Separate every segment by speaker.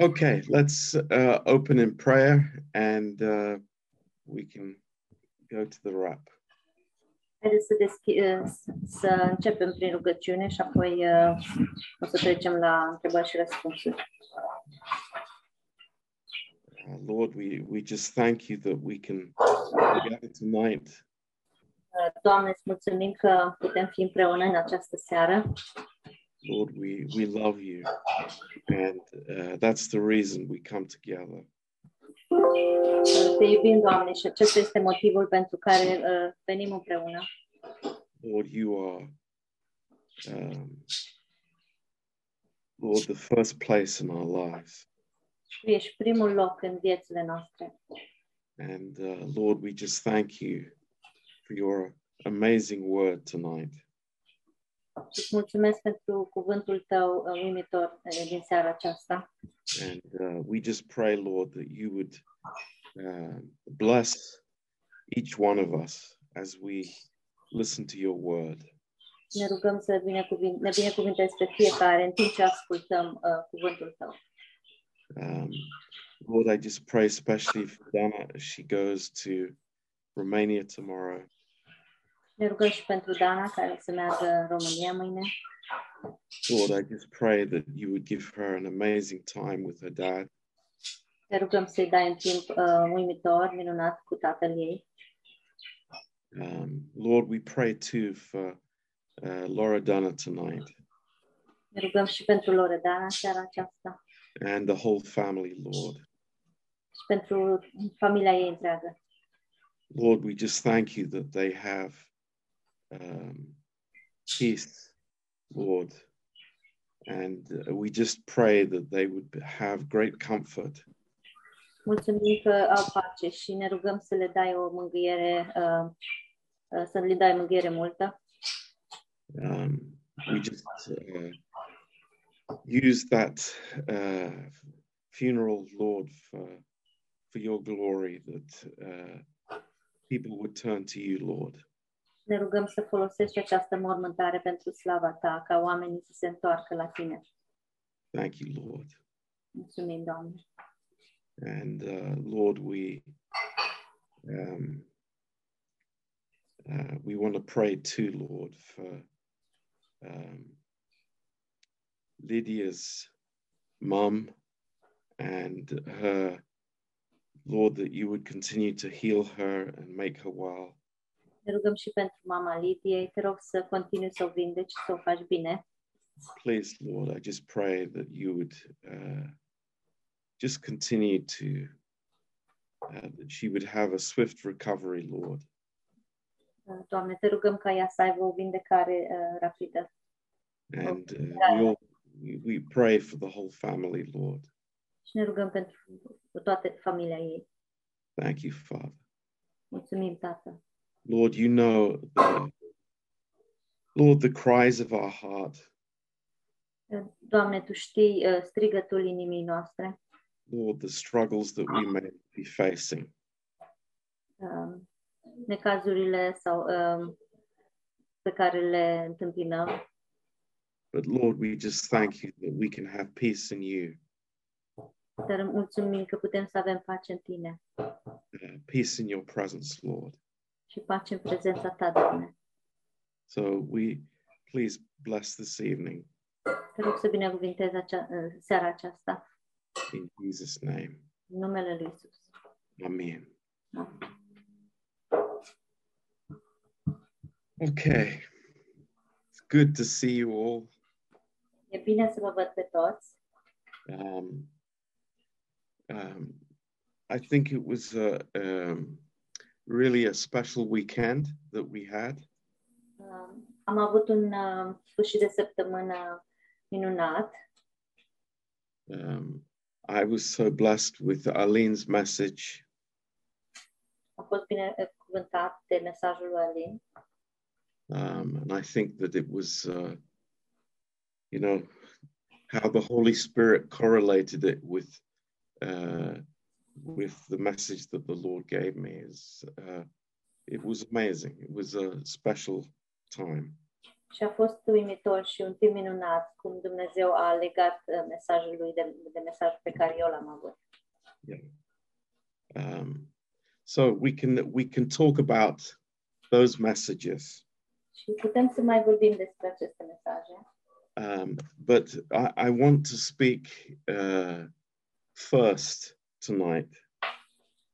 Speaker 1: Okay, let's uh, open in prayer and uh, we can go to the rap.
Speaker 2: Haideți să, deschi- eh, să începem prin rugăciune și apoi uh, o să trecem la întrebări și răspunsuri.
Speaker 1: Uh, Lord, we, we just thank you that we can gather tonight
Speaker 2: Uh, Doamne, îți mulțumim că putem fi împreună în această seară.
Speaker 1: Lord, we, we love you. And uh, that's the reason we come together.
Speaker 2: Uh, Te iubim, Doamne, și acesta este motivul pentru care uh, venim împreună.
Speaker 1: Lord, you are, um, Lord, the first place in our lives.
Speaker 2: Tu ești primul loc în viețile noastre.
Speaker 1: And uh, Lord, we just thank you for your amazing word tonight.
Speaker 2: Îți mulțumesc pentru cuvântul tău uh, uimitor uh, din seara aceasta.
Speaker 1: And uh, we just pray, Lord, that you would uh, bless each one of us as we listen to your word.
Speaker 2: Ne rugăm să binecuvin- ne binecuvintezi pe fiecare în timp ce ascultăm uh, cuvântul tău.
Speaker 1: Um, Lord, I just pray especially for Dana as she goes to Romania tomorrow.
Speaker 2: Ne rugăm și pentru Dana, care o să meargă în România mâine.
Speaker 1: Lord, I just pray that you would give her an amazing time with her dad.
Speaker 2: Ne rugăm să-i dai un timp uh, uimitor, minunat cu tatăl ei.
Speaker 1: Um, Lord, we pray too for uh, Laura Dana tonight
Speaker 2: Ne rugăm și pentru Loredana seara aceasta
Speaker 1: and the whole family, Lord.
Speaker 2: și pentru familia ei întreagă.
Speaker 1: Lord, we just thank you that they have um, peace, Lord. And uh, we just pray that they would have great comfort
Speaker 2: Mulțumim că au pace și ne rugăm să le dai o mângâiere, uh, uh, să le dai mângâiere multă.
Speaker 1: um, we just uh, use that uh, funeral, Lord, for, for your glory, that uh, people would turn to you, Lord.
Speaker 2: Ne rugăm să folosești această mormântare pentru slava ta, ca oamenii să se întoarcă la tine.
Speaker 1: Thank you, Lord.
Speaker 2: Mulțumim, Doamne.
Speaker 1: And uh, Lord, we um, uh, we want to pray too, Lord, for um, Lydia's mum and her, Lord, that you would continue to heal her and make her well.
Speaker 2: Ne rugăm și pentru mama Lidiei. Te rog să continui să o vindeci, să o faci bine.
Speaker 1: Please, Lord, I just pray that you would uh, just continue to uh, that she would have a swift recovery, Lord.
Speaker 2: Uh, Doamne, te rugăm ca ea să aibă o vindecare uh, rapidă.
Speaker 1: And uh, we all we- we pray for the whole family, Lord.
Speaker 2: Și ne rugăm pentru toată familia ei.
Speaker 1: Thank you, Father.
Speaker 2: Mulțumim, Tată.
Speaker 1: Lord, you know, the, Lord, the cries of our heart.
Speaker 2: Doamne, Tu știi uh, strigătul inimii noastre.
Speaker 1: Lord, the struggles that we may be facing.
Speaker 2: Uh, necazurile sau uh, pe care le întâmpinăm.
Speaker 1: But Lord, we just thank you that we can have peace in you,
Speaker 2: Dar îmi mulțumim că putem să avem pace în Tine
Speaker 1: uh, peace in your presence, Lord.
Speaker 2: și pace în prezența Ta, Doamne.
Speaker 1: So we please bless this evening
Speaker 2: Te rog să binecuvintezi acea, uh, seara aceasta
Speaker 1: in Jesus' name.
Speaker 2: în numele Lui Isus.
Speaker 1: Amen. Okay. It's good to see you all.
Speaker 2: E bine să vă văd pe toți.
Speaker 1: Um, um, I think it was a, um, really a special weekend that we had.
Speaker 2: Uh, Am avut un uh, sfârșit de săptămână minunat.
Speaker 1: Um, I was so blessed with Arlene's message,
Speaker 2: A fost binecuvântat de mesajul lui Alin
Speaker 1: um, and I think that it was, uh, you know, how the Holy Spirit correlated it with uh, with the message that the Lord gave me is uh, it was amazing. It was a special time.
Speaker 2: Și a fost uimitor și un timp minunat cum Dumnezeu a legat uh, mesajul lui de, de mesajul pe care eu l-am avut.
Speaker 1: Um, so we can we can talk about those messages,
Speaker 2: Și putem să mai vorbim despre aceste mesaje,
Speaker 1: um, but I, I want to speak uh, first tonight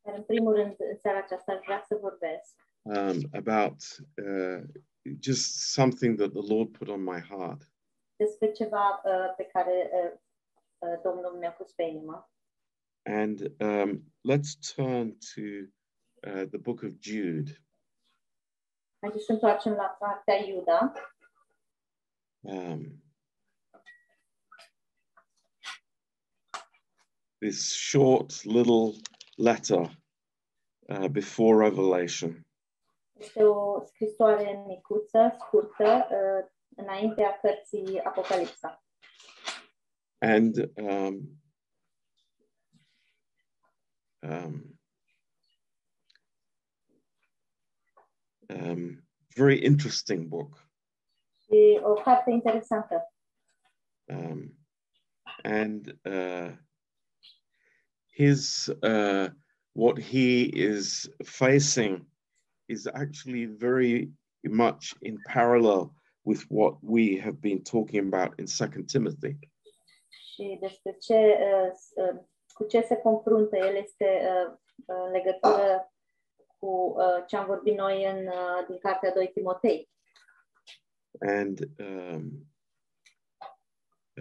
Speaker 2: dar în primul rând, în seara aceasta, aș vrea să vorbesc
Speaker 1: um, about uh, just something that the Lord put on my heart.
Speaker 2: despre ceva uh, pe care uh, uh, Domnul mi-a pus pe inimă.
Speaker 1: And um, let's turn to uh, the book of Jude.
Speaker 2: Haideți să întoarcem la cartea Iuda,
Speaker 1: Um, this short little letter uh, before Revelation.
Speaker 2: Este o scrisoare micuță, scurtă, uh, înaintea cărții Apocalipsa.
Speaker 1: And um, um, um, very interesting book.
Speaker 2: E o carte interesantă.
Speaker 1: um, and uh, his uh, what he is facing is actually very much in parallel with what we have been talking about in second timothy
Speaker 2: Și despre ce, uh, s- uh, cu ce se confruntă el este uh, în legătură cu uh, ce am vorbit noi în, uh, din cartea 2 Timotei.
Speaker 1: and um,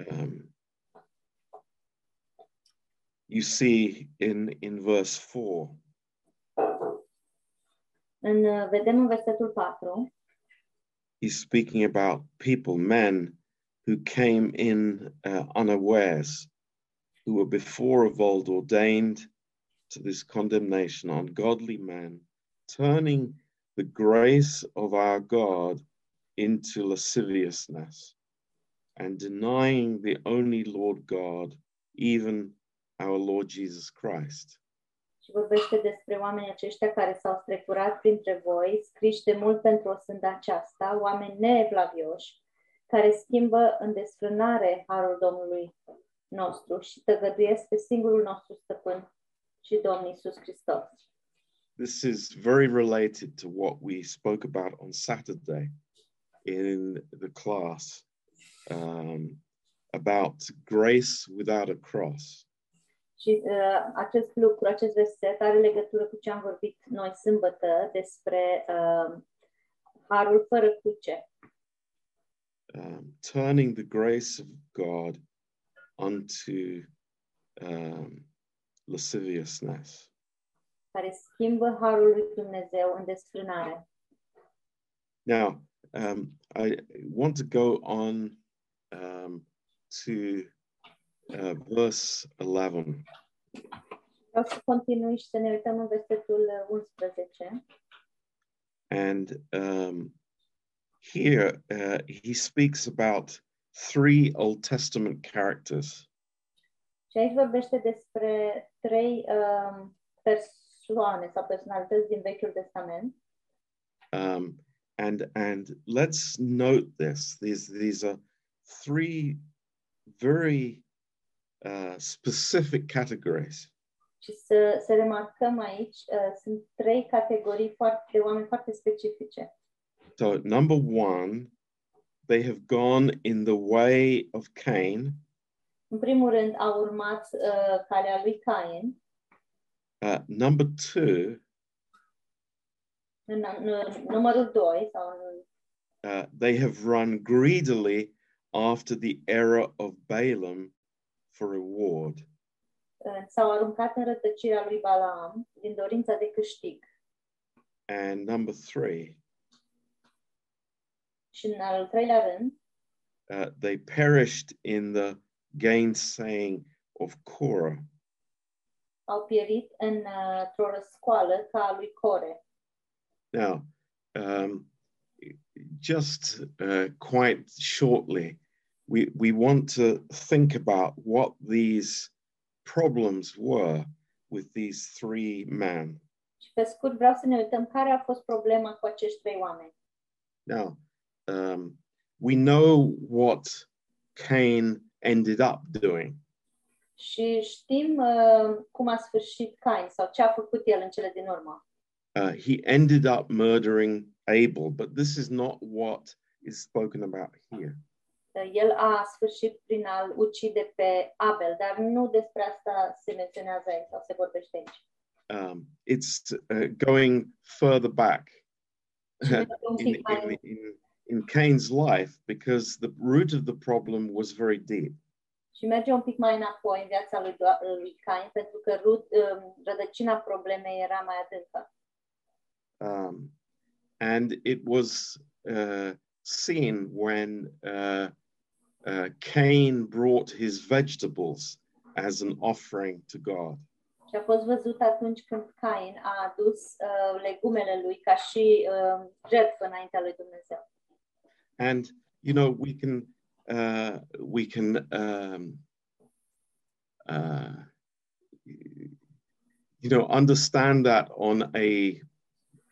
Speaker 1: um, you see in in verse 4
Speaker 2: În, uh, vedem în versetul 4
Speaker 1: he's speaking about people, men who came in uh, unawares, who were before of old ordained to this condemnation, ungodly men, turning the grace of our God into lasciviousness and denying the only Lord God, even our Lord Jesus Christ.
Speaker 2: și vorbește despre oamenii aceștia care s-au strecurat printre voi, scriși de mult pentru o sândă aceasta, oameni neevlavioși, care schimbă în desfrânare harul Domnului nostru și tăgăduiesc pe singurul nostru stăpân și Domnul Iisus Hristos.
Speaker 1: This is very related to what we spoke about on Saturday in the class um, about grace without a cross.
Speaker 2: Și uh, acest lucru, acest verset are legătură cu ce am vorbit noi sâmbătă despre uh, harul fără cruce.
Speaker 1: Um, turning the grace of God unto um, lasciviousness.
Speaker 2: care schimbă harul lui Dumnezeu în desfrânare.
Speaker 1: Now, um, I want to go on um, to uh, verse 11.
Speaker 2: Vreau să continui și să ne uităm în versetul uh, 11.
Speaker 1: And um, here uh, he speaks about three Old Testament characters
Speaker 2: Și aici vorbește despre trei um, persoane sau personalități din Vechiul Testament.
Speaker 1: um, and and let's note this these these are three very uh, specific categories
Speaker 2: Și să, să remarcăm aici, uh, sunt trei categorii foarte, de oameni foarte specifice.
Speaker 1: so number one they have gone in the way of Cain
Speaker 2: În primul rând, a urmat uh, calea lui Cain.
Speaker 1: uh, number two
Speaker 2: În, în, numărul 2, sau în,
Speaker 1: uh, they have run greedily after the error of Balaam for reward.
Speaker 2: în, s-au aruncat în rătăcirea lui Balaam din dorința de câștig.
Speaker 1: And number three,
Speaker 2: Și în al treilea rând,
Speaker 1: uh, they perished in the gainsaying of Korah.
Speaker 2: au pierit în, uh, într-o răscoală ca a lui Core.
Speaker 1: Now, um, just uh, quite shortly, we, we want to think about what these problems were with these three men.
Speaker 2: Și pe scurt vreau să ne uităm care a fost problema cu acești trei oameni.
Speaker 1: Now, um, we know what Cain ended up doing.
Speaker 2: Și știm uh, cum a sfârșit Cain sau ce a făcut el în cele din urmă.
Speaker 1: Uh, he ended up murdering Abel, but this is not what is spoken about here.
Speaker 2: Uh, El a sfârșit prin a-l ucide pe Abel, dar nu despre asta se menționează aici sau se vorbește aici.
Speaker 1: Um, it's uh, going further back
Speaker 2: Și mergem un
Speaker 1: in,
Speaker 2: pic mai-
Speaker 1: in, in, in Cain's life because the root of the problem was very deep.
Speaker 2: Și merge un pic mai înapoi în viața lui, Do- lui Cain, pentru că rut, um, rădăcina problemei era mai adâncă.
Speaker 1: Um, and it was uh, seen when uh, uh, Cain brought his vegetables as an offering to God.
Speaker 2: Și a fost văzut atunci când Cain a adus uh, legumele lui ca și uh, jertfă înaintea lui Dumnezeu.
Speaker 1: And you know we can uh, we can um, uh, you know understand that on a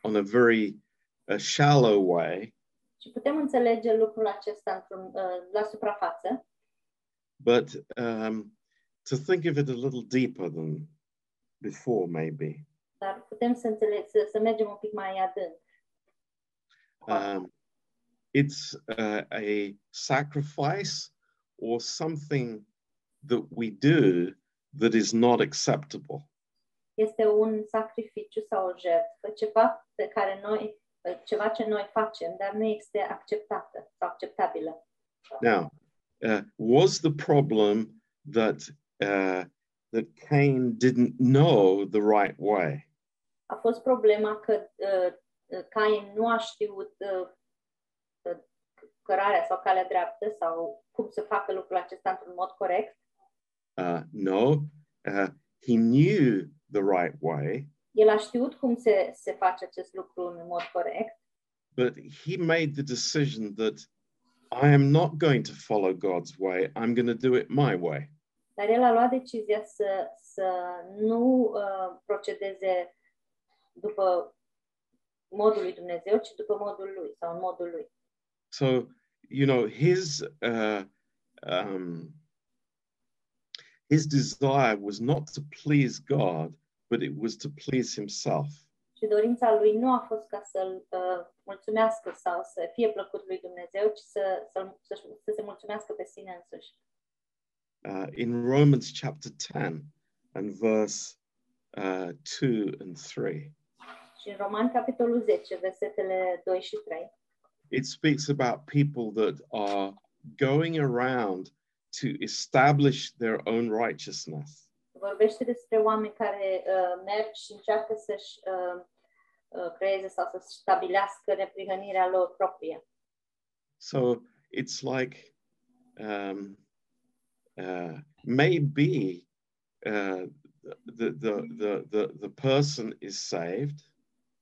Speaker 1: on a very uh shallow way,
Speaker 2: Și putem înțelege lucrul acesta într-un, uh, la suprafață,
Speaker 1: but um, to think of it a little deeper than before, maybe.
Speaker 2: dar putem să, înțele- să, să mergem un pic mai adânc.
Speaker 1: um, it's uh, a sacrifice or something that we do that is not acceptable.
Speaker 2: Este un sacrificiu sau o jertfă, ceva pe care noi, uh, ceva ce noi facem, dar nu este acceptată sau acceptabilă.
Speaker 1: Now, uh, was the problem that uh, that Cain didn't know the right way?
Speaker 2: a fost problema că uh, Cain nu a știut uh, uh, cărarea sau calea dreaptă sau cum să facă lucrul acesta într-un mod corect.
Speaker 1: Uh, no, uh, he knew the right way,
Speaker 2: El a știut cum se, se face acest lucru în mod corect,
Speaker 1: but he made the decision that I am not going to follow God's way. I'm going to do it my way.
Speaker 2: dar el a luat decizia să, să nu uh, procedeze după modul lui Dumnezeu, ci după modul lui sau în modul lui.
Speaker 1: so you know his uh, um, his desire was not to please god but it was to please himself
Speaker 2: Și dorința lui nu a fost ca să-l uh, mulțumească sau să fie plăcut lui Dumnezeu, ci să, să, să, să se mulțumească pe sine însuși.
Speaker 1: uh, in romans chapter 10 and verse uh, 2 and 3
Speaker 2: Și în Roman, capitolul 10, versetele 2 și 3,
Speaker 1: it speaks about people that are going around to establish their own righteousness
Speaker 2: vorbește despre oameni care uh, merg și încearcă să-și uh, uh, creeze sau să-și stabilească neprihănirea lor proprie.
Speaker 1: So it's like um, uh, maybe uh, the, the the the the person is saved.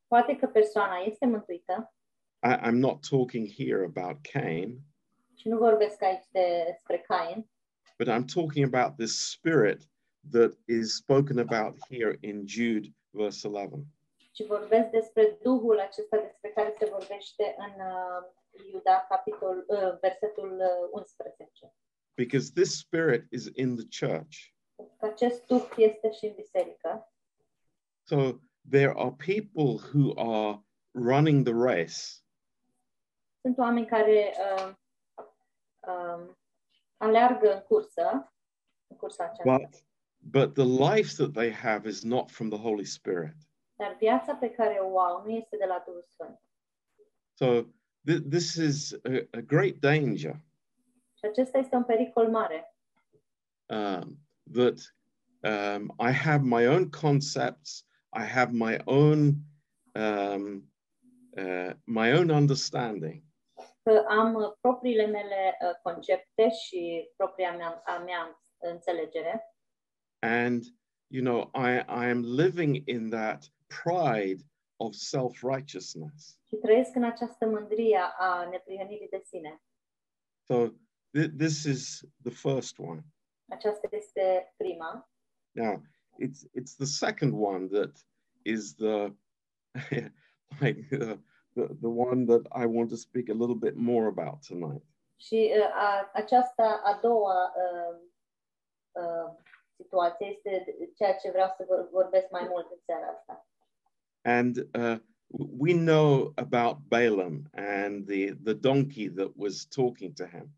Speaker 2: Poate că persoana este mântuită
Speaker 1: I, I'm not talking here about Cain,
Speaker 2: și nu vorbesc aici despre Cain,
Speaker 1: but I'm talking about this spirit that is spoken about here in Jude verse 11.
Speaker 2: ci vorbesc despre Duhul acesta despre care se vorbește în uh, Iuda, capitol, uh, versetul uh, 11.
Speaker 1: Because this spirit is in the church.
Speaker 2: Că Acest Duh este și în biserică
Speaker 1: So there are people who are running the race
Speaker 2: sunt oameni care uh, uh, aleargă în cursă, în cursa aceasta,
Speaker 1: But but the life that they have is not from the Holy Spirit.
Speaker 2: dar viața pe care o au nu este de la Duhul Sfânt.
Speaker 1: So th- this is a, a great danger
Speaker 2: Și acesta este un pericol mare,
Speaker 1: um, that um, I have my own concepts, I have my own um, uh, my own understanding,
Speaker 2: că am uh, propriile mele uh, concepte și propria mea, a mea înțelegere
Speaker 1: and you know I I am living in that pride of self righteousness.
Speaker 2: și trăiesc în această mândrie a neprihănirii de sine.
Speaker 1: So th- this is the first one.
Speaker 2: Aceasta este prima.
Speaker 1: Now, it's it's the second one that is the like the, the the one that I want to speak a little bit more about tonight.
Speaker 2: Și uh, a, aceasta a doua uh, uh, situație este ceea ce vreau să vor- vorbesc mai mult în seara asta.
Speaker 1: And uh, we know about Balaam and the, the donkey that was talking to him.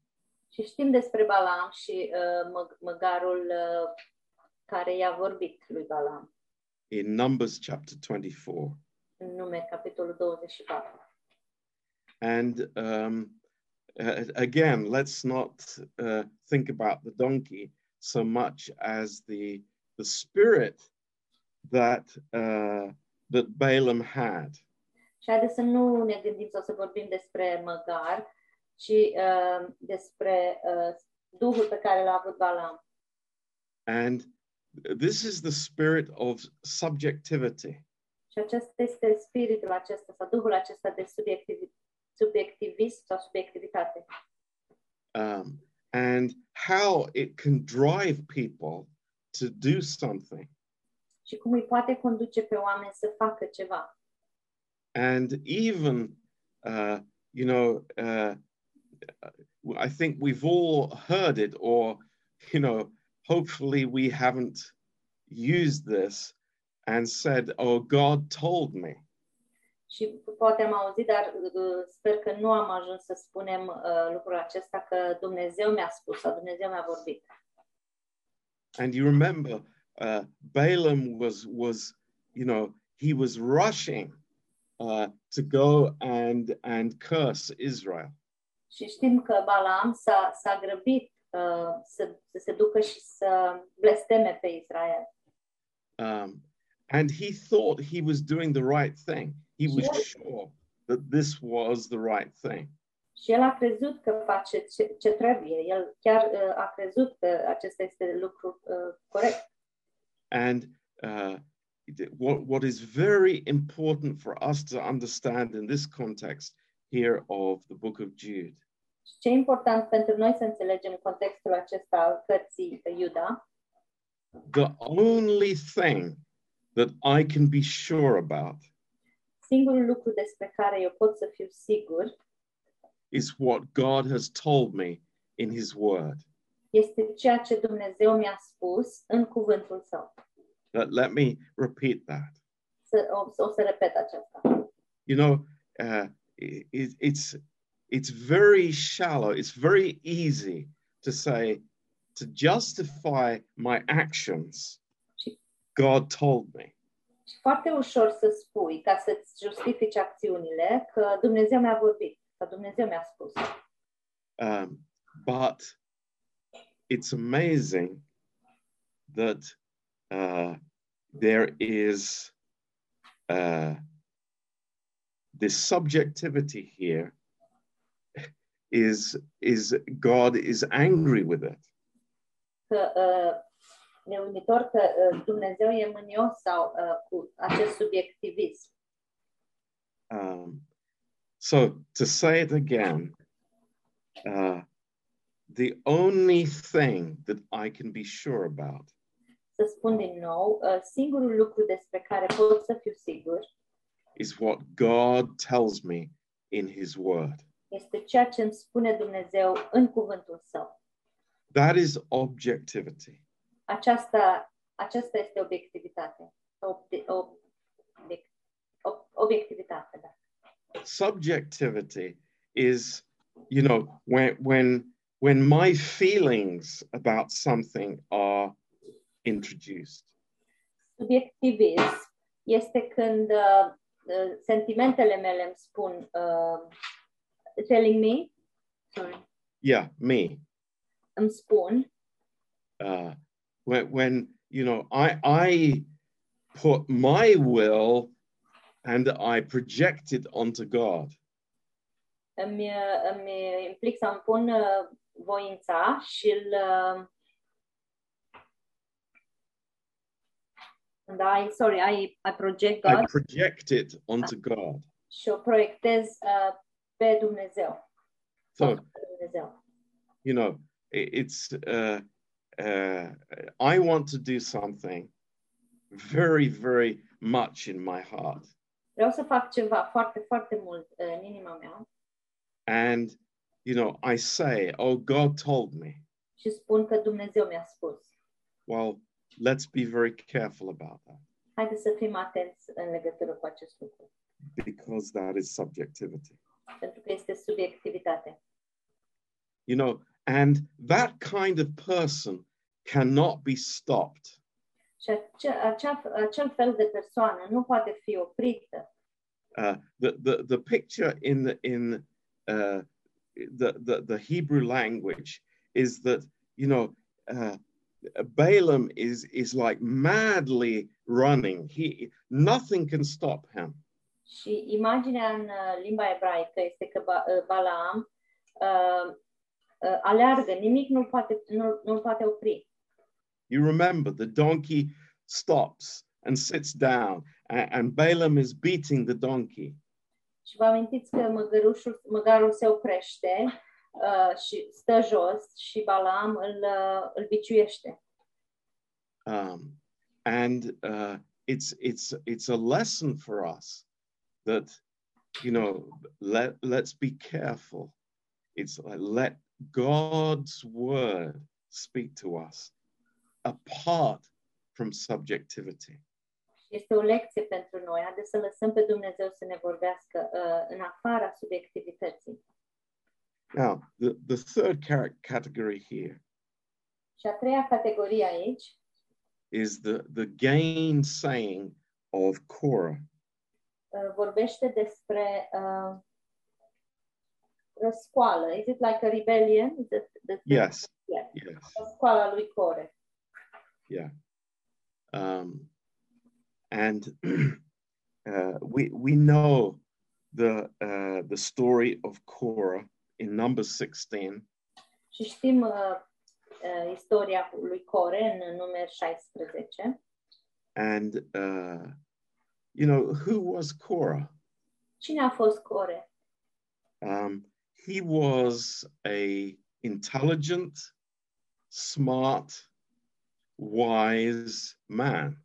Speaker 2: Și știm despre Balam și uh, mă- măgarul uh, care i-a vorbit lui Balam
Speaker 1: in Numbers chapter 24.
Speaker 2: în nume capitolul 24.
Speaker 1: And um, uh, again, let's not uh, think about the donkey so much as the, the spirit that, uh, that Balaam had.
Speaker 2: Și haideți să nu ne gândim sau să vorbim despre măgar, ci uh, despre uh, Duhul pe care l-a avut Balam.
Speaker 1: And this is the spirit of subjectivity.
Speaker 2: Și acesta este spiritul acesta sau Duhul acesta de subiectivi- subiectivism sau subiectivitate.
Speaker 1: Um, and how it can drive people to do something.
Speaker 2: Și cum îi poate conduce pe oameni să facă ceva.
Speaker 1: and even uh, you know uh, i think we've all heard it or you know hopefully we haven't used this and said oh god told me
Speaker 2: Și poate am auzit, dar uh, sper că nu am ajuns să spunem uh, lucrul acesta că Dumnezeu mi-a spus sau Dumnezeu mi-a vorbit.
Speaker 1: and you remember uh, balaam was was you know he was rushing uh, to go and and curse israel
Speaker 2: Și știm că Balam s-a, s-a grăbit uh, să, să se ducă și să blesteme pe Israel.
Speaker 1: um, and he thought he was doing the right thing. He was
Speaker 2: Yeah.
Speaker 1: sure that this was the right thing.
Speaker 2: Și el a crezut că face ce, ce trebuie. El chiar uh, a crezut că acesta este lucru uh, corect.
Speaker 1: And uh, it- what, what is very important for us to understand in this context here of the book of Jude
Speaker 2: Și ce e important pentru noi să înțelegem contextul acesta al cărții Iuda,
Speaker 1: the only thing that I can be sure about
Speaker 2: singurul lucru despre care eu pot să fiu sigur
Speaker 1: is what God has told me in His Word.
Speaker 2: este ceea ce Dumnezeu mi-a spus în cuvântul său.
Speaker 1: Let, let me repeat that.
Speaker 2: Să, o, o să repet aceasta.
Speaker 1: you know uh, i- i- it's it's very shallow it's very easy to say to justify my actions god told me
Speaker 2: Și foarte ușor să spui, ca să-ți justifici acțiunile, că Dumnezeu mi-a vorbit, că Dumnezeu mi-a spus.
Speaker 1: um, but it's amazing that uh, there is uh, this subjectivity here is is god is angry with it
Speaker 2: Că uh, e uimitor că uh, Dumnezeu e mânios sau uh, cu acest subiectivism.
Speaker 1: Um, so to say it again, uh, the only thing that I can be sure about
Speaker 2: Să spun din nou, uh, singurul lucru despre care pot să fiu sigur
Speaker 1: is what God tells me in His Word.
Speaker 2: este ceea ce îmi spune Dumnezeu în cuvântul său.
Speaker 1: That is objectivity.
Speaker 2: Aceasta, aceasta este obiectivitate. Obde, ob, obiect, ob, obiectivitate, da.
Speaker 1: Subjectivity is, you know, when when when my feelings about something are introduced.
Speaker 2: subiectivism este când uh, uh, sentimentele mele îmi spun uh, telling me, sorry,
Speaker 1: Yeah, me.
Speaker 2: îmi spun
Speaker 1: uh, when, when you know I I put my will and I project it onto God,
Speaker 2: îmi, uh, îmi implic să îmi pun uh, voința și îl uh, and I, da, sorry, I, I project
Speaker 1: I
Speaker 2: God
Speaker 1: project it onto God.
Speaker 2: și o proiectez uh, pe Dumnezeu.
Speaker 1: So
Speaker 2: Pe Dumnezeu.
Speaker 1: you know i- it's uh, uh, I want to do something very very much in my heart,
Speaker 2: Vreau să fac ceva foarte, foarte mult uh, în inima mea
Speaker 1: and you know, I say, oh, God told me.
Speaker 2: și spun că Dumnezeu mi-a spus.
Speaker 1: Well, let's be very careful about that
Speaker 2: Haideți să fim atenți în legătură cu acest lucru,
Speaker 1: because that is subjectivity.
Speaker 2: pentru că este subiectivitate.
Speaker 1: You know, and that kind of person cannot be stopped.
Speaker 2: Și acea, acea, acel fel de persoană nu poate fi oprită.
Speaker 1: Uh, the, the, the picture in the, in uh, the, the, the Hebrew language is that, you know, uh, Balaam is, is like madly running. He, nothing can stop him.
Speaker 2: Și imaginea în uh, limba ebraică este că ba, uh, Balaam uh, uh, aleargă, nimic nu poate, nu, nu poate opri.
Speaker 1: You remember the donkey stops and sits down, a- and, Balaam is beating the donkey.
Speaker 2: Și vă amintiți că măgărușul, măgarul se oprește uh, și stă jos și Balaam îl, uh, îl biciuiește.
Speaker 1: Um, and uh, it's it's it's a lesson for us that you know let let's be careful. It's like let God's word speak to us apart from subjectivity.
Speaker 2: Este o lecție pentru noi. Haideți să lăsăm pe Dumnezeu să ne vorbească uh, în afara subiectivității.
Speaker 1: Now, the, the third car- category here
Speaker 2: Și a treia categorie aici
Speaker 1: is the, the gainsaying of Korah.
Speaker 2: uh, vorbește despre uh, răscoală. Is it like a rebellion? Is it, the,
Speaker 1: Yes, yes.
Speaker 2: Răscoala lui Core.
Speaker 1: Um, and uh, we we know the uh, the story of Korah in Numbers 16,
Speaker 2: Și știm uh, uh, istoria lui Core în numeri 16.
Speaker 1: and uh, you know who was Korah?
Speaker 2: Cine a fost Core?
Speaker 1: Um, he was a intelligent, smart, wise man,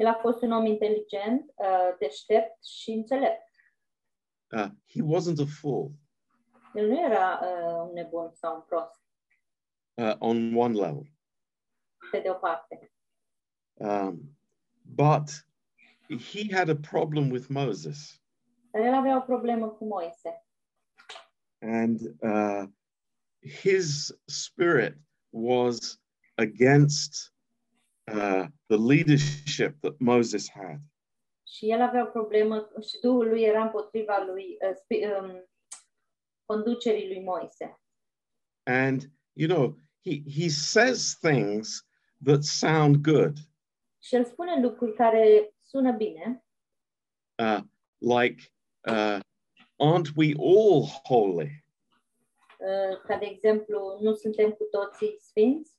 Speaker 2: El a fost un om inteligent, uh, deștept și înțelept.
Speaker 1: uh, he wasn't a fool
Speaker 2: El nu era uh, un nebun sau un prost,
Speaker 1: uh, on one level.
Speaker 2: pe de o parte.
Speaker 1: Um, but he had a problem with Moses,
Speaker 2: Dar el avea o problemă cu Moise
Speaker 1: and uh, his spirit was against uh, the leadership that Moses had.
Speaker 2: și el avea o problemă și Duhul lui era împotriva lui uh, spi, um, conducerii lui Moise.
Speaker 1: And, you know, he, he says things that sound good,
Speaker 2: Și el spune lucruri care sună bine,
Speaker 1: uh, like, uh, aren't we all holy?
Speaker 2: uh, ca de exemplu, nu suntem cu toții sfinți,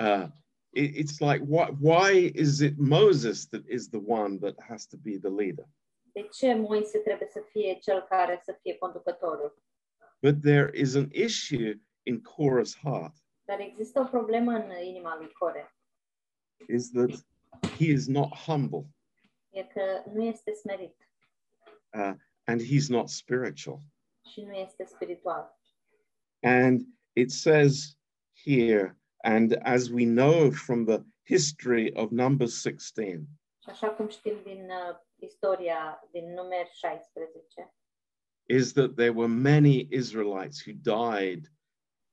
Speaker 1: uh, it- it's like why why is it Moses that is the one that has to be the leader?
Speaker 2: de ce Moise trebuie să fie cel care să fie conducătorul?
Speaker 1: But there is an issue in Korah's heart
Speaker 2: Dar există o problemă în inima lui Core.
Speaker 1: is that he is not humble
Speaker 2: e că nu este smerit
Speaker 1: and he's not spiritual.
Speaker 2: și nu este spiritual.
Speaker 1: And it says here, and as we know from the history of Numbers 16,
Speaker 2: Și așa cum știm din uh, istoria din numeri 16,
Speaker 1: is that there were many Israelites who died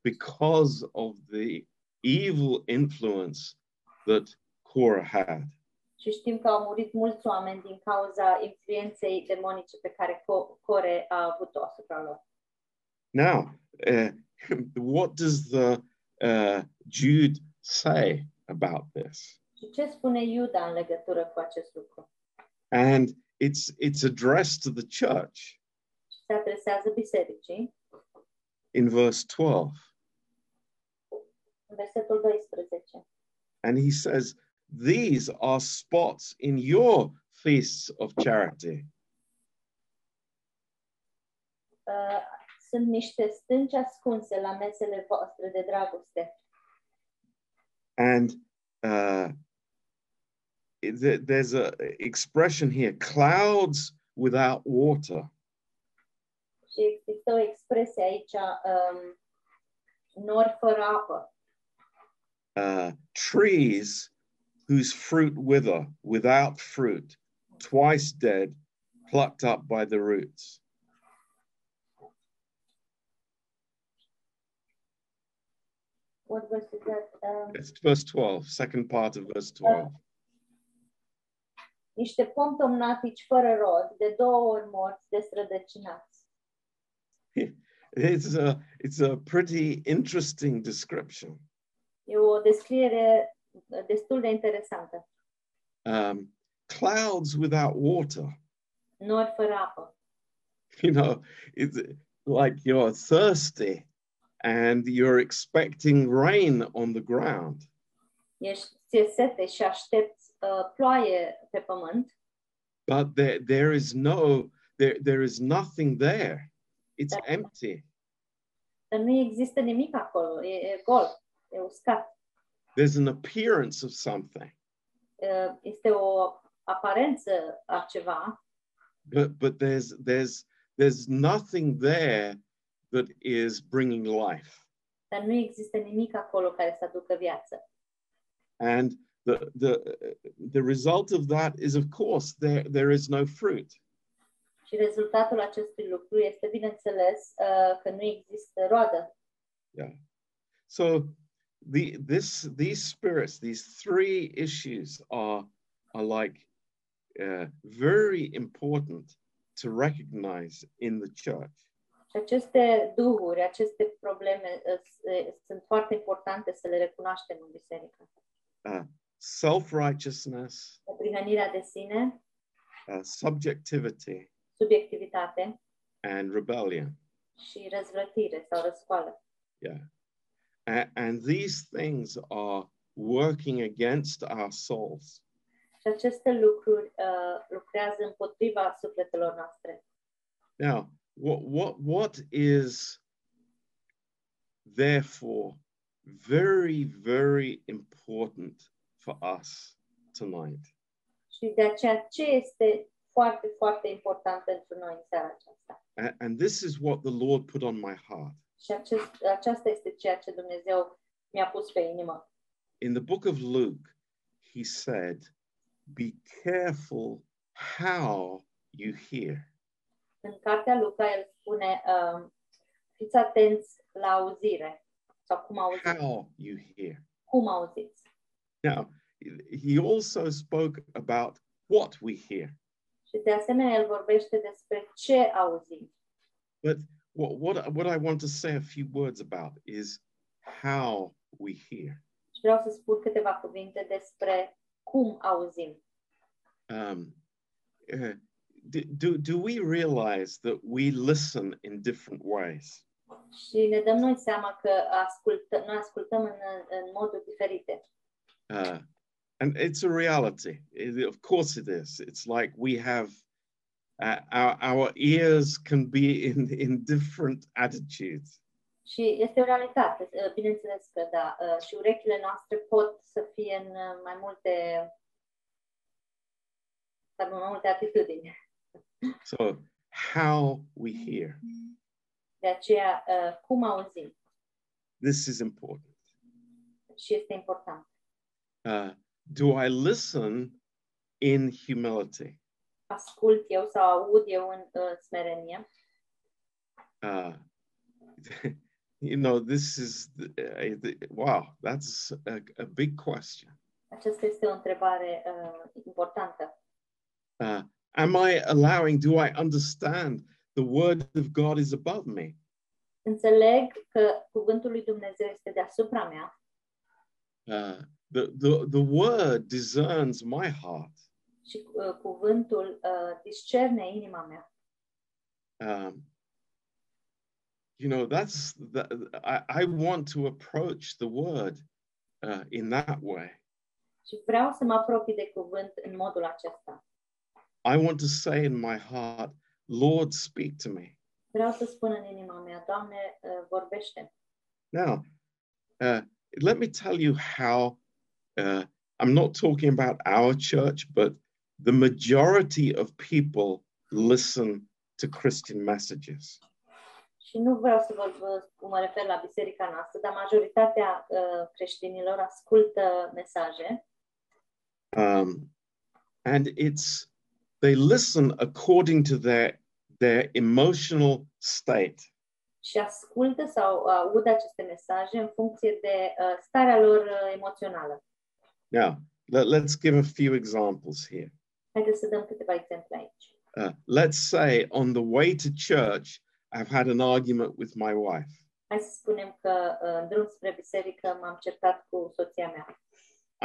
Speaker 1: because of the evil influence that Korah had.
Speaker 2: și știm că au murit mulți oameni din cauza influenței demonice pe care Co- Core a avut-o asupra lor.
Speaker 1: Now, uh, what does the uh, Jude say about this?
Speaker 2: Și ce spune Iuda în legătură cu acest lucru?
Speaker 1: And it's it's addressed to the church
Speaker 2: Și se adresează bisericii
Speaker 1: in verse 12,
Speaker 2: în versetul 12.
Speaker 1: and he says, "These are spots in your feasts of charity."
Speaker 2: Uh, Sunt niște stânci ascunse la mesele voastre de dragoste.
Speaker 1: And uh, it- there- there's a expression here: clouds without water.
Speaker 2: Și există o expresie aici, um, nori fără apă.
Speaker 1: Uh, trees whose fruit wither without fruit, twice dead, plucked up by the roots.
Speaker 2: What verse is that? Um,
Speaker 1: It's verse 12, second part of verse 12.
Speaker 2: niște pomi tomnatici fără rod, de două ori morți, destrădăcinați.
Speaker 1: It's a, it's a pretty interesting description.
Speaker 2: E o descriere destul de interesantă.
Speaker 1: Um, clouds without water.
Speaker 2: Nori fără apă.
Speaker 1: you know it's like you're thirsty and you're expecting rain on the ground
Speaker 2: Ești ți-e sete și aștepți uh, ploaie pe pământ,
Speaker 1: but there there is no there there is nothing there it's
Speaker 2: Da.
Speaker 1: empty
Speaker 2: dar nu există nimic acolo, e, e gol, e uscat.
Speaker 1: there's an appearance of something
Speaker 2: Uh, este o aparență a ceva,
Speaker 1: but but there's there's there's nothing there that is bringing life
Speaker 2: dar nu există nimic acolo care să aducă viață.
Speaker 1: and the the the result of that is of course there there is no fruit
Speaker 2: Și rezultatul acestui lucru este, bineînțeles, uh, că nu există roadă.
Speaker 1: So the this these spirits, these three issues are are like uh, very important to recognize in the church.
Speaker 2: Și aceste duhuri, aceste probleme uh, s- uh, sunt foarte importante să le recunoaștem în biserică.
Speaker 1: Self-righteousness,
Speaker 2: Prihănirea de sine,
Speaker 1: uh, subjectivity,
Speaker 2: subiectivitate
Speaker 1: and rebellion.
Speaker 2: și răzvrătire sau răscoală.
Speaker 1: A- and these things are working against our souls.
Speaker 2: Și aceste lucruri uh, lucrează împotriva sufletelor noastre.
Speaker 1: Now, what what what is therefore very very important for us tonight?
Speaker 2: Și de aceea ce este foarte, foarte important pentru noi în seara aceasta.
Speaker 1: A- And, this is what the Lord put on my heart.
Speaker 2: Și acest, aceasta este ceea ce Dumnezeu mi-a pus pe inimă.
Speaker 1: In the book of Luke, he said, "Be careful how you hear."
Speaker 2: în cartea Luca el spune um, fiți atenți la auzire sau cum auziți,
Speaker 1: How you hear.
Speaker 2: cum auziți.
Speaker 1: Now, he also spoke about what we hear.
Speaker 2: Și de asemenea el vorbește despre ce auzim.
Speaker 1: what what what I want to say a few words about is how we hear.
Speaker 2: Și vreau să spun câteva cuvinte despre cum auzim.
Speaker 1: Um, uh, do, do do we realize that we listen in different ways?
Speaker 2: Și ne dăm noi seama că ascultă, noi ascultăm în, în moduri diferite.
Speaker 1: Uh, and it's a reality. It- of course, it is. It's like we have uh, our our ears can be in in different attitudes.
Speaker 2: Și este o realitate, ă, bineînțeles că da. Și urechile noastre pot să fie în ă, mai multe, în mai multe atitudini.
Speaker 1: So how we hear
Speaker 2: De aceea, uh, cum auzim
Speaker 1: this is important.
Speaker 2: și este important.
Speaker 1: Uh, do I listen in humility?
Speaker 2: Ascult eu sau aud eu în uh, smerenie.
Speaker 1: uh, you know, this is the, uh, the- wow. That's a, a big question.
Speaker 2: Aceasta este o întrebare uh, importantă.
Speaker 1: Uh, am I allowing? Do I understand the word of God is above me?
Speaker 2: Înțeleg că cuvântul lui Dumnezeu este deasupra mea
Speaker 1: Uh, the, the the word discerns my heart.
Speaker 2: și uh, cuvântul uh, discerne inima mea.
Speaker 1: Um, you know, that's the, I, I want to approach the word uh, in that way.
Speaker 2: Și vreau să mă apropii de cuvânt în modul acesta.
Speaker 1: I want to say in my heart, Lord, speak to me.
Speaker 2: Vreau să spun în inima mea, Doamne, uh, vorbește.
Speaker 1: Now, uh, let me tell you how uh, I'm not talking about our church, but the majority of people listen to Christian messages.
Speaker 2: și nu vreau să vă, vă mă refer la biserica noastră, dar majoritatea uh, creștinilor ascultă mesaje
Speaker 1: Um, and it's they listen according to their their emotional state.
Speaker 2: și ascultă sau aud aceste mesaje în funcție de uh, starea lor uh, emoțională.
Speaker 1: Now, let, let's give a few examples here.
Speaker 2: Haideți să dăm câteva exemple aici.
Speaker 1: Uh, let's say on the way to church, I've had an argument with my wife.
Speaker 2: Hai să spunem că uh, în drum spre biserică m-am certat cu soția mea.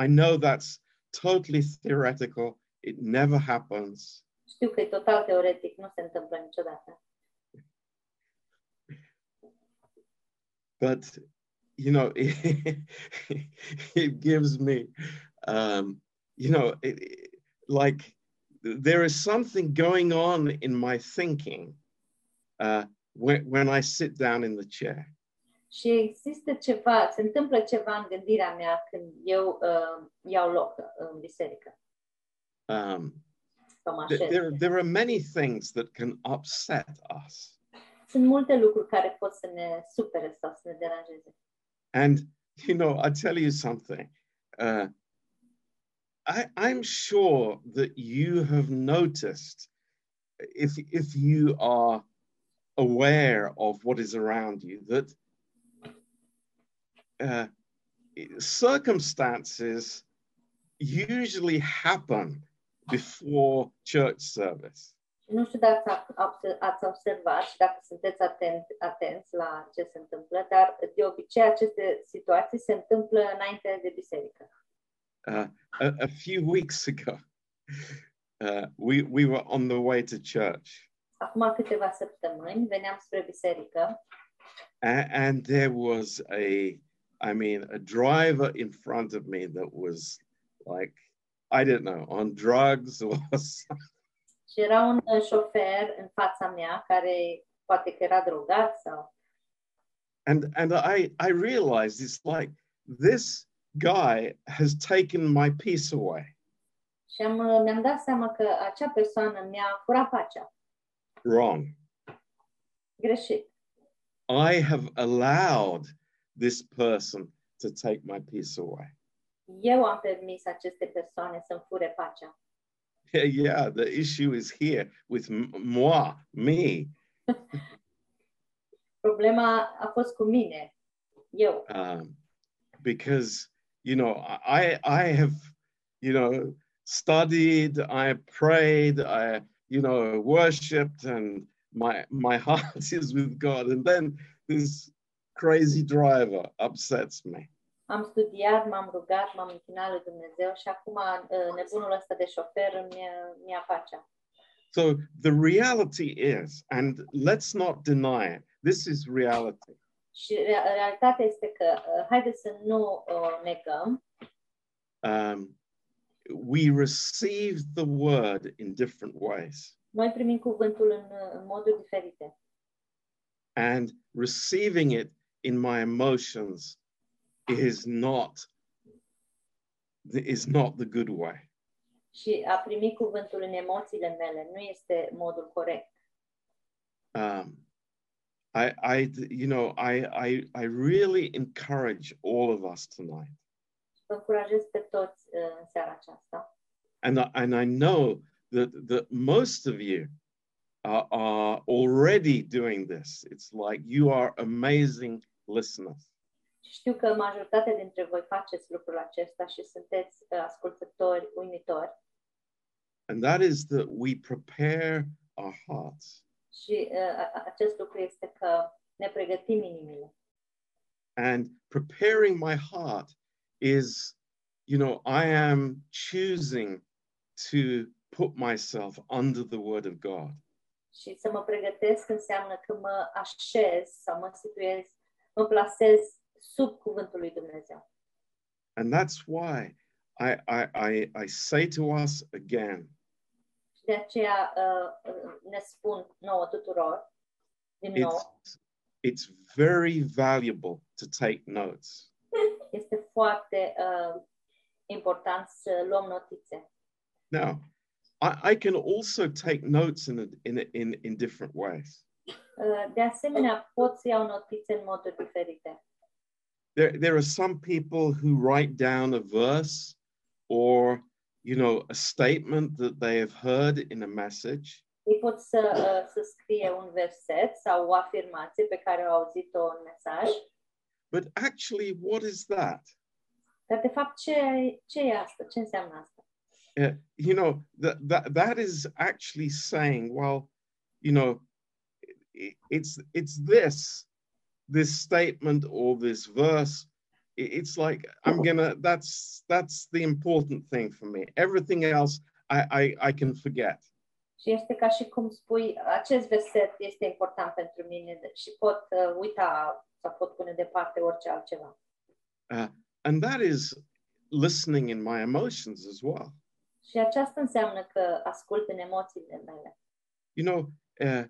Speaker 1: I know that's totally theoretical. It never happens.
Speaker 2: Știu că e total teoretic, nu se întâmplă niciodată.
Speaker 1: But you know, it, gives me, um, you know, it, it- like there is something going on in my thinking uh, when, when I sit down in the chair.
Speaker 2: Și există ceva, se întâmplă ceva în gândirea mea când eu uh, iau loc în biserică
Speaker 1: Um,
Speaker 2: sau mă
Speaker 1: th-
Speaker 2: așez.
Speaker 1: there, there are many things that can upset us,
Speaker 2: Sunt multe lucruri care pot să ne supere sau să ne deranjeze.
Speaker 1: and you know, I tell you something. Uh, I, I'm sure that you have noticed if if you are aware of what is around you that uh, circumstances usually happen before church service.
Speaker 2: Nu știu dacă ați- ați- ați observat și dacă sunteți atent, atenți la ce se întâmplă, dar de obicei aceste situații se întâmplă înainte de biserică.
Speaker 1: Uh, a, a few weeks ago, uh, we we were on the way to church,
Speaker 2: Acum câteva săptămâni veneam spre biserică
Speaker 1: and, and there was a, I mean, a driver in front of me that was like, I don't know, on drugs or
Speaker 2: și era un uh, șofer în fața mea care poate că era drogat sau...
Speaker 1: and and I I realized it's like this guy has taken my peace away,
Speaker 2: Și am, uh, mi-am dat seama că acea persoană mi-a furat pacea.
Speaker 1: wrong.
Speaker 2: Greșit.
Speaker 1: I have allowed this person to take my peace away.
Speaker 2: Eu am permis aceste persoane să-mi fure pacea.
Speaker 1: Yeah, yeah, the issue is here with m- moi, me.
Speaker 2: Problema a fost cu mine. Eu.
Speaker 1: um, because you know I I have you know studied, I prayed, I you know worshipped, and my my heart is with God, and then this crazy driver upsets me.
Speaker 2: Am studiat, m-am rugat, m-am închinat lui Dumnezeu și acum uh, nebunul ăsta de șofer îmi, uh, mi-a pacea.
Speaker 1: So the reality is, and let's not deny it. This is reality.
Speaker 2: Și rea- realitatea este că, uh, haideți să nu uh, negăm,
Speaker 1: Um, we receive the word in different ways,
Speaker 2: noi primim cuvântul în, uh, în moduri diferite.
Speaker 1: and receiving it in my emotions is not is not the good way.
Speaker 2: Și a primi cuvântul în emoțiile mele nu este modul corect.
Speaker 1: Um, I, I, you know, I, I, I really encourage all of us tonight,
Speaker 2: Vă încurajez pe toți uh, în seara aceasta.
Speaker 1: and I, and I know that that most of you are, are already doing this. It's like you are amazing listeners.
Speaker 2: Și știu că majoritatea dintre voi faceți lucrul acesta și sunteți uh, ascultători uimitori.
Speaker 1: And that is that we prepare our hearts.
Speaker 2: Și uh, a- a- acest lucru este că ne pregătim inimile.
Speaker 1: And preparing my heart is, you know, I am choosing to put myself under the word of God.
Speaker 2: Și să mă pregătesc înseamnă că mă așez sau mă situez, mă plasez sub cuvântul lui Dumnezeu.
Speaker 1: And that's why I, I, I, I say to us again
Speaker 2: Și de aceea uh, uh, ne spun nouă tuturor, din nou,
Speaker 1: it's, it's very valuable to take notes.
Speaker 2: este foarte uh, important să luăm notițe.
Speaker 1: Now, I, I can also take notes in, a, in, a- in, in different ways.
Speaker 2: Uh, De asemenea, pot să iau notițe în moduri diferite.
Speaker 1: There, there are some people who write down a verse or, you know, a statement that they have heard in a message,
Speaker 2: Ei pot să, uh, să scrie un verset sau o afirmație pe care au auzit-o în mesaj,
Speaker 1: but actually, what is that?
Speaker 2: dar de fapt ce, ce e asta? Ce înseamnă asta?
Speaker 1: Uh, you know that that that is actually saying well you know i- it's it's this this statement or this verse I- it's like i'm gonna that's that's the important thing for me everything else i i, I can forget
Speaker 2: Și este ca și cum spui, acest verset este important pentru mine și pot uh, uita sau pot pune deoparte orice altceva.
Speaker 1: and that is listening in my emotions as well
Speaker 2: Și aceasta înseamnă că ascult în emoțiile mele.
Speaker 1: you know uh,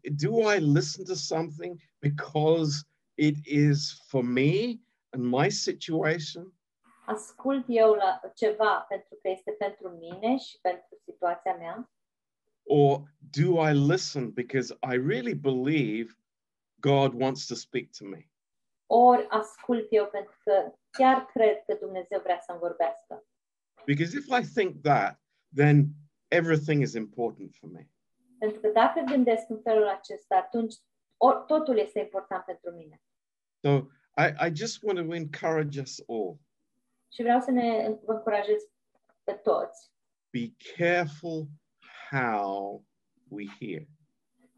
Speaker 1: do i listen to something because it is for me and my situation
Speaker 2: Ascult eu la ceva pentru că este pentru mine și pentru situația mea
Speaker 1: Or do I listen because I really believe God wants to speak to me?
Speaker 2: ori ascult eu pentru că chiar cred că Dumnezeu vrea să-mi vorbească.
Speaker 1: Because if I think that, then everything is important for me.
Speaker 2: Pentru că dacă gândesc în felul acesta, atunci or, totul este important pentru mine.
Speaker 1: So I, I just want to encourage us all
Speaker 2: Și vreau să ne vă încurajez pe toți
Speaker 1: be careful how we hear.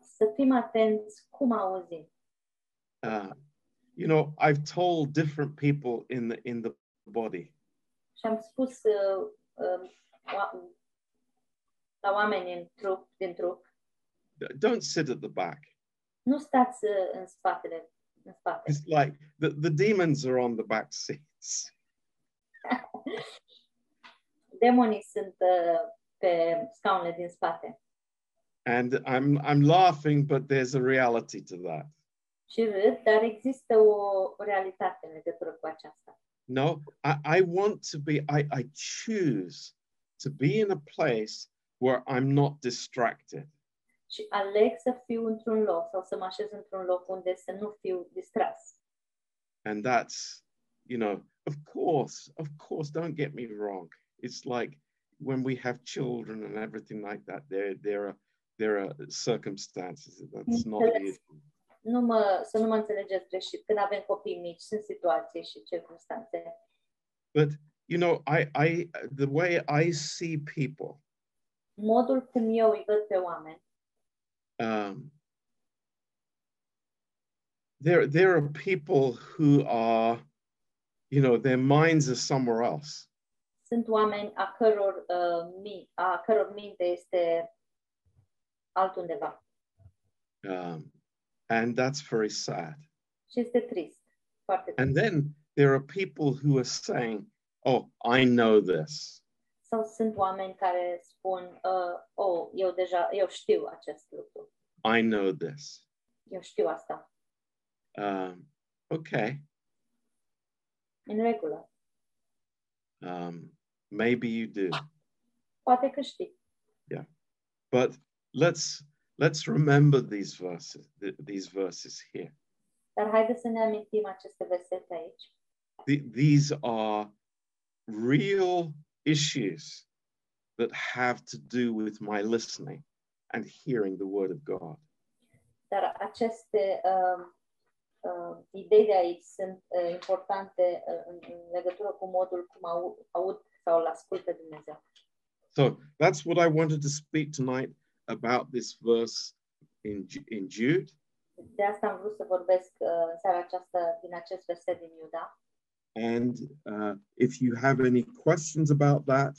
Speaker 2: să fim atenți cum auzim.
Speaker 1: Uh, you know, I've told different people in the, in the body,
Speaker 2: Și am spus uh, um, oa- la oameni în trup, din trup,
Speaker 1: don't sit at the back.
Speaker 2: nu stați uh, în spatele, în spate.
Speaker 1: It's like the, the demons are on the back seats.
Speaker 2: Demonii sunt uh, pe scaunele din spate.
Speaker 1: And I'm I'm laughing, but there's a reality to that.
Speaker 2: Și râd, dar există o realitate în legătură cu aceasta.
Speaker 1: No, I, I want to be, I, I choose to be in a place where I'm not distracted.
Speaker 2: Și aleg să fiu într-un loc sau să mă așez într-un loc unde să nu fiu distras.
Speaker 1: And that's, you know, of course, of course, don't get me wrong. It's like when we have children and everything like that, there there are there are circumstances that's not
Speaker 2: Yes.
Speaker 1: easy.
Speaker 2: Nu mă, să nu mă înțelegeți greșit. Când avem copii mici, sunt situații și circunstanțe
Speaker 1: But you know, I I the way I see people
Speaker 2: modul cum eu îi văd pe oameni,
Speaker 1: um, there there are people who are you know their minds are somewhere else
Speaker 2: sunt oameni a căror, uh, mi, a căror minte este altundeva.
Speaker 1: um, and that's very sad
Speaker 2: Și este trist. Foarte trist.
Speaker 1: and then there are people who are saying oh i know this
Speaker 2: Sau sunt oameni care spun, uh, oh, eu deja, eu știu acest lucru.
Speaker 1: i know this
Speaker 2: Eu știu asta.
Speaker 1: um, okay
Speaker 2: În regulă.
Speaker 1: um, maybe you do
Speaker 2: Poate că știi.
Speaker 1: but let's let's remember these verses th- these verses here
Speaker 2: Dar haideți să ne amintim aceste versete aici.
Speaker 1: the, these are real issues that have to do with my listening and hearing the word of God.
Speaker 2: Dar aceste uh, uh, idei de aici sunt uh, importante uh, în, în legătură cu modul cum au, aud sau îl ascultă Dumnezeu.
Speaker 1: So that's what I wanted to speak tonight about this verse in, Ju- in Jude.
Speaker 2: De asta am vrut să vorbesc uh, în seara aceasta din acest verset din Iuda.
Speaker 1: And uh, if you have any questions about that,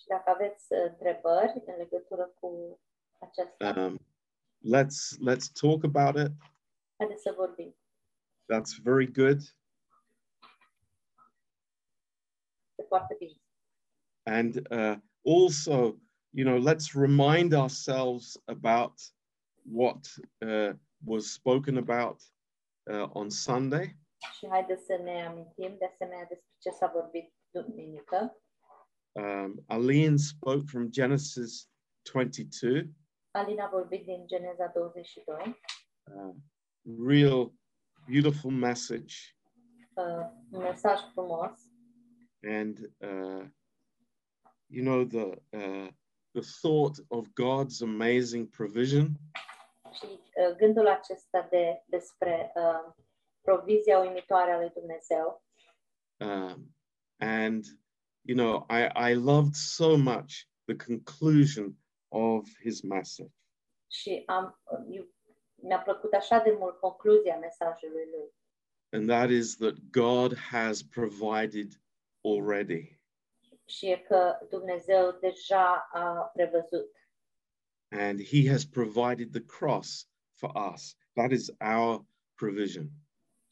Speaker 2: Și dacă aveți uh, întrebări în legătură cu aceasta,
Speaker 1: um, let's let's talk about it.
Speaker 2: haideți să vorbim.
Speaker 1: That's very good.
Speaker 2: Este foarte bine.
Speaker 1: And uh, also, you know, let's remind ourselves about what uh, was spoken about uh, on Sunday.
Speaker 2: Și haideți să ne amintim de asemenea despre ce s-a vorbit duminică.
Speaker 1: Um, Aline spoke from Genesis 22,
Speaker 2: Alina a vorbit din Geneza 22.
Speaker 1: Uh, real, beautiful message.
Speaker 2: uh, un mesaj frumos
Speaker 1: And, uh, you know, the, uh, the thought of God's amazing provision
Speaker 2: și uh, gândul acesta de despre uh, provizia uimitoare a lui Dumnezeu
Speaker 1: Um, and you know, I, I loved so much the conclusion of his message.
Speaker 2: și am eu, mi-a plăcut așa de mult concluzia mesajului lui
Speaker 1: And that is that God has provided already.
Speaker 2: și e că Dumnezeu deja a prevăzut
Speaker 1: And he has provided the cross for us. That is our provision.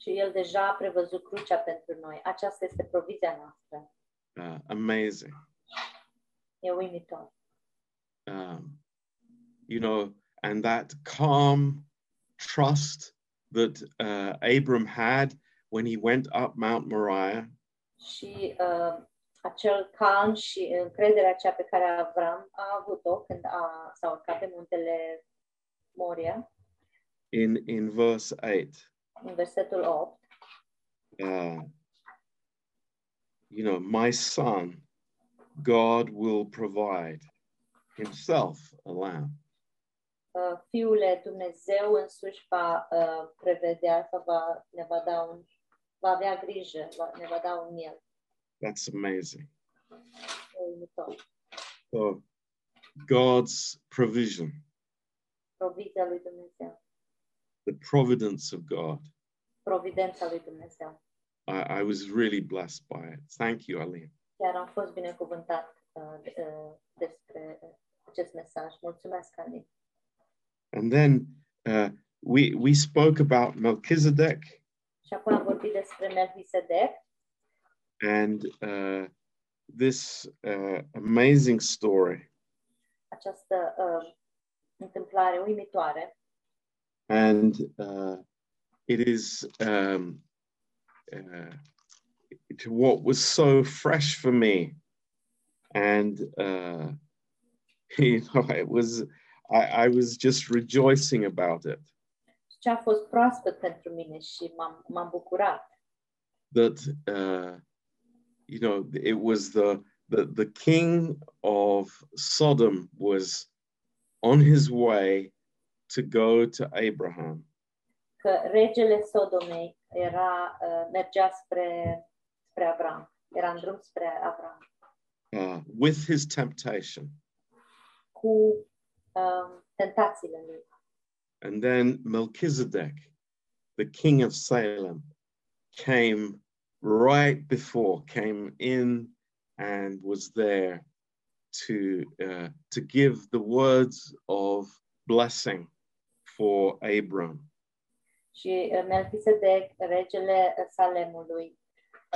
Speaker 2: și El deja a prevăzut crucea pentru noi. Aceasta este provizia noastră.
Speaker 1: Uh, amazing.
Speaker 2: E uimitor.
Speaker 1: Um, you know, and that calm trust that uh, Abram had when he went up Mount Moriah
Speaker 2: Și uh, acel calm și încrederea cea pe care Avram a avut-o când a, s-a urcat pe muntele Moria,
Speaker 1: in, in verse 8.
Speaker 2: în versetul 8,
Speaker 1: uh, you know, my son, God will provide himself a lamb.
Speaker 2: uh, Fiule Dumnezeu însuși va uh, prevedea că va, ne va da un, va avea grijă, va, ne va da un miel.
Speaker 1: That's amazing.
Speaker 2: E uimitor.
Speaker 1: So God's provision,
Speaker 2: Provizia lui Dumnezeu.
Speaker 1: the providence of God.
Speaker 2: Providența lui Dumnezeu.
Speaker 1: I, I was really blessed by it. Thank you, Aline.
Speaker 2: Chiar am fost binecuvântat uh, de- uh, despre acest mesaj. Mulțumesc, Ali.
Speaker 1: And then uh, we we spoke about Melchizedek,
Speaker 2: Și apoi am vorbit despre Melchisedec
Speaker 1: and uh, this uh, amazing story
Speaker 2: această uh, întâmplare uimitoare
Speaker 1: and uh, it is um, uh, it- what was so fresh for me and uh, you know it was I, I was just rejoicing about it
Speaker 2: și ce a fost proaspăt pentru mine și m-am, m-am bucurat.
Speaker 1: that uh, you know it was the, the the king of Sodom was on his way to go to Abraham
Speaker 2: că regele Sodomei era, uh, mergea spre, spre Avram, era în drum spre Avram,
Speaker 1: uh, with his temptation
Speaker 2: cu um, tentațiile lui.
Speaker 1: And then Melchizedek, the king of Salem, came right before, came in and was there to, uh, to give the words of blessing for Abram.
Speaker 2: Și uh, Melchisedec, regele uh, Salemului,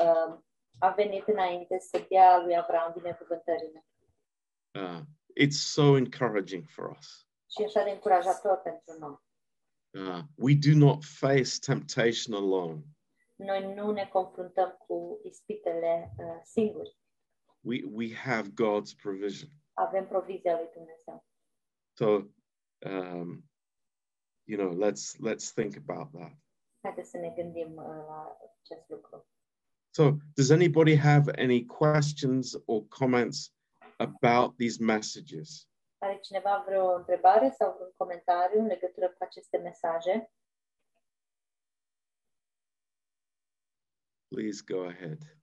Speaker 2: uh, a venit înainte să dea lui Avram binecuvântările.
Speaker 1: Uh, it's so encouraging for us.
Speaker 2: Și e așa de încurajator pentru noi.
Speaker 1: Uh, we do not face temptation alone.
Speaker 2: Noi nu ne confruntăm cu ispitele uh, singuri.
Speaker 1: We, we have God's provision.
Speaker 2: Avem provizia lui Dumnezeu.
Speaker 1: So, um, you know, let's let's think about that.
Speaker 2: Haideți să ne gândim uh, la acest lucru.
Speaker 1: So, does anybody have any questions or comments about these messages?
Speaker 2: Are cineva vreo întrebare sau vreun comentariu în legătură cu aceste mesaje?
Speaker 1: Please go ahead.